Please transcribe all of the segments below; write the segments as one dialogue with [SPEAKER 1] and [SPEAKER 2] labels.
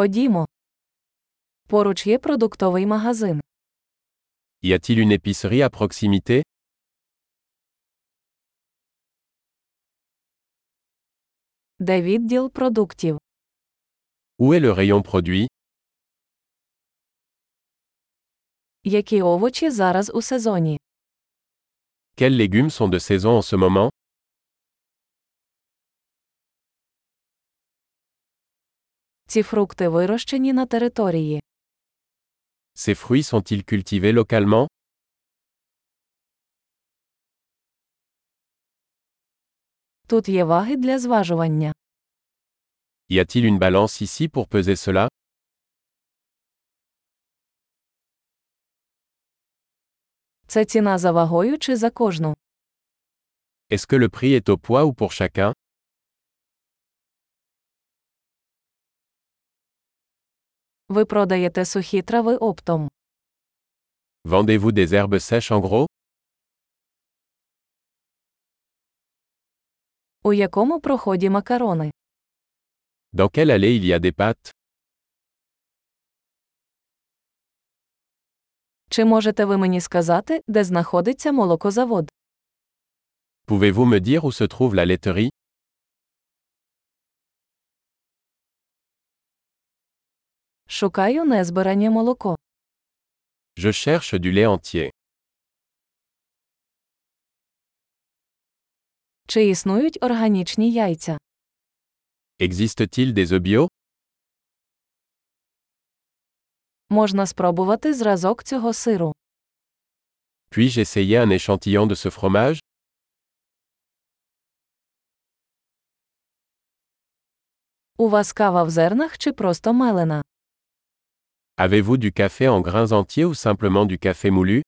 [SPEAKER 1] Ходімо. Поруч є продуктовий магазин.
[SPEAKER 2] Y a-t-il une épicerie à proximité
[SPEAKER 1] Де відділ продуктів?
[SPEAKER 2] Où est le rayon produits
[SPEAKER 1] Які овочі зараз у сезоні?
[SPEAKER 2] Quels légumes sont de saison en ce moment
[SPEAKER 1] Ці фрукти вирощені на території.
[SPEAKER 2] Ces fruits sont-ils cultivés localement
[SPEAKER 1] Тут є ваги для зважування.
[SPEAKER 2] Y a-t-il une balance ici pour peser cela
[SPEAKER 1] Це ціна за вагою чи за кожну.
[SPEAKER 2] Est-ce que le prix est au poids ou pour chacun
[SPEAKER 1] Ви продаєте сухі трави оптом.
[SPEAKER 2] Vendez-vous des herbes sèches en gros
[SPEAKER 1] У якому проході макарони?
[SPEAKER 2] Dans quelle allée il y a des pâtes
[SPEAKER 1] Чи можете ви мені сказати, де знаходиться молокозавод?
[SPEAKER 2] Pouvez-vous me dire où se trouve la laiterie
[SPEAKER 1] Шукаю незбирання молоко.
[SPEAKER 2] Je cherche du lait entier.
[SPEAKER 1] Чи існують органічні яйця?
[SPEAKER 2] Existe-t-il des œufs bio
[SPEAKER 1] Можна спробувати зразок цього сиру.
[SPEAKER 2] Puis-je essayer un échantillon de ce fromage
[SPEAKER 1] У вас кава в зернах чи просто мелена?
[SPEAKER 2] Avez-vous du café en grains entiers ou simplement du café moulu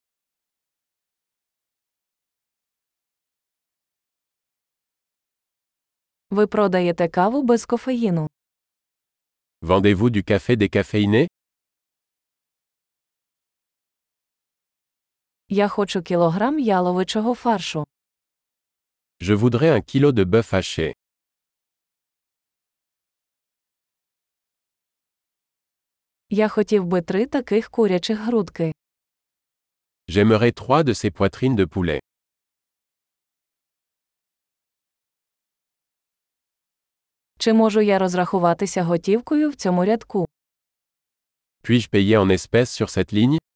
[SPEAKER 1] Ви продаєте каву без кофеїну.
[SPEAKER 2] Vendez-vous du café décaféiné
[SPEAKER 1] Я хочу кілограм яловичого фаршу.
[SPEAKER 2] Je voudrais un kilo de bœuf haché.
[SPEAKER 1] Я хотів би три таких курячих грудки.
[SPEAKER 2] J'aimerais trois de ces poitrines de poulet.
[SPEAKER 1] Чи можу я розрахуватися готівкою в цьому рядку?
[SPEAKER 2] Puis-je payer en espèces sur cette ligne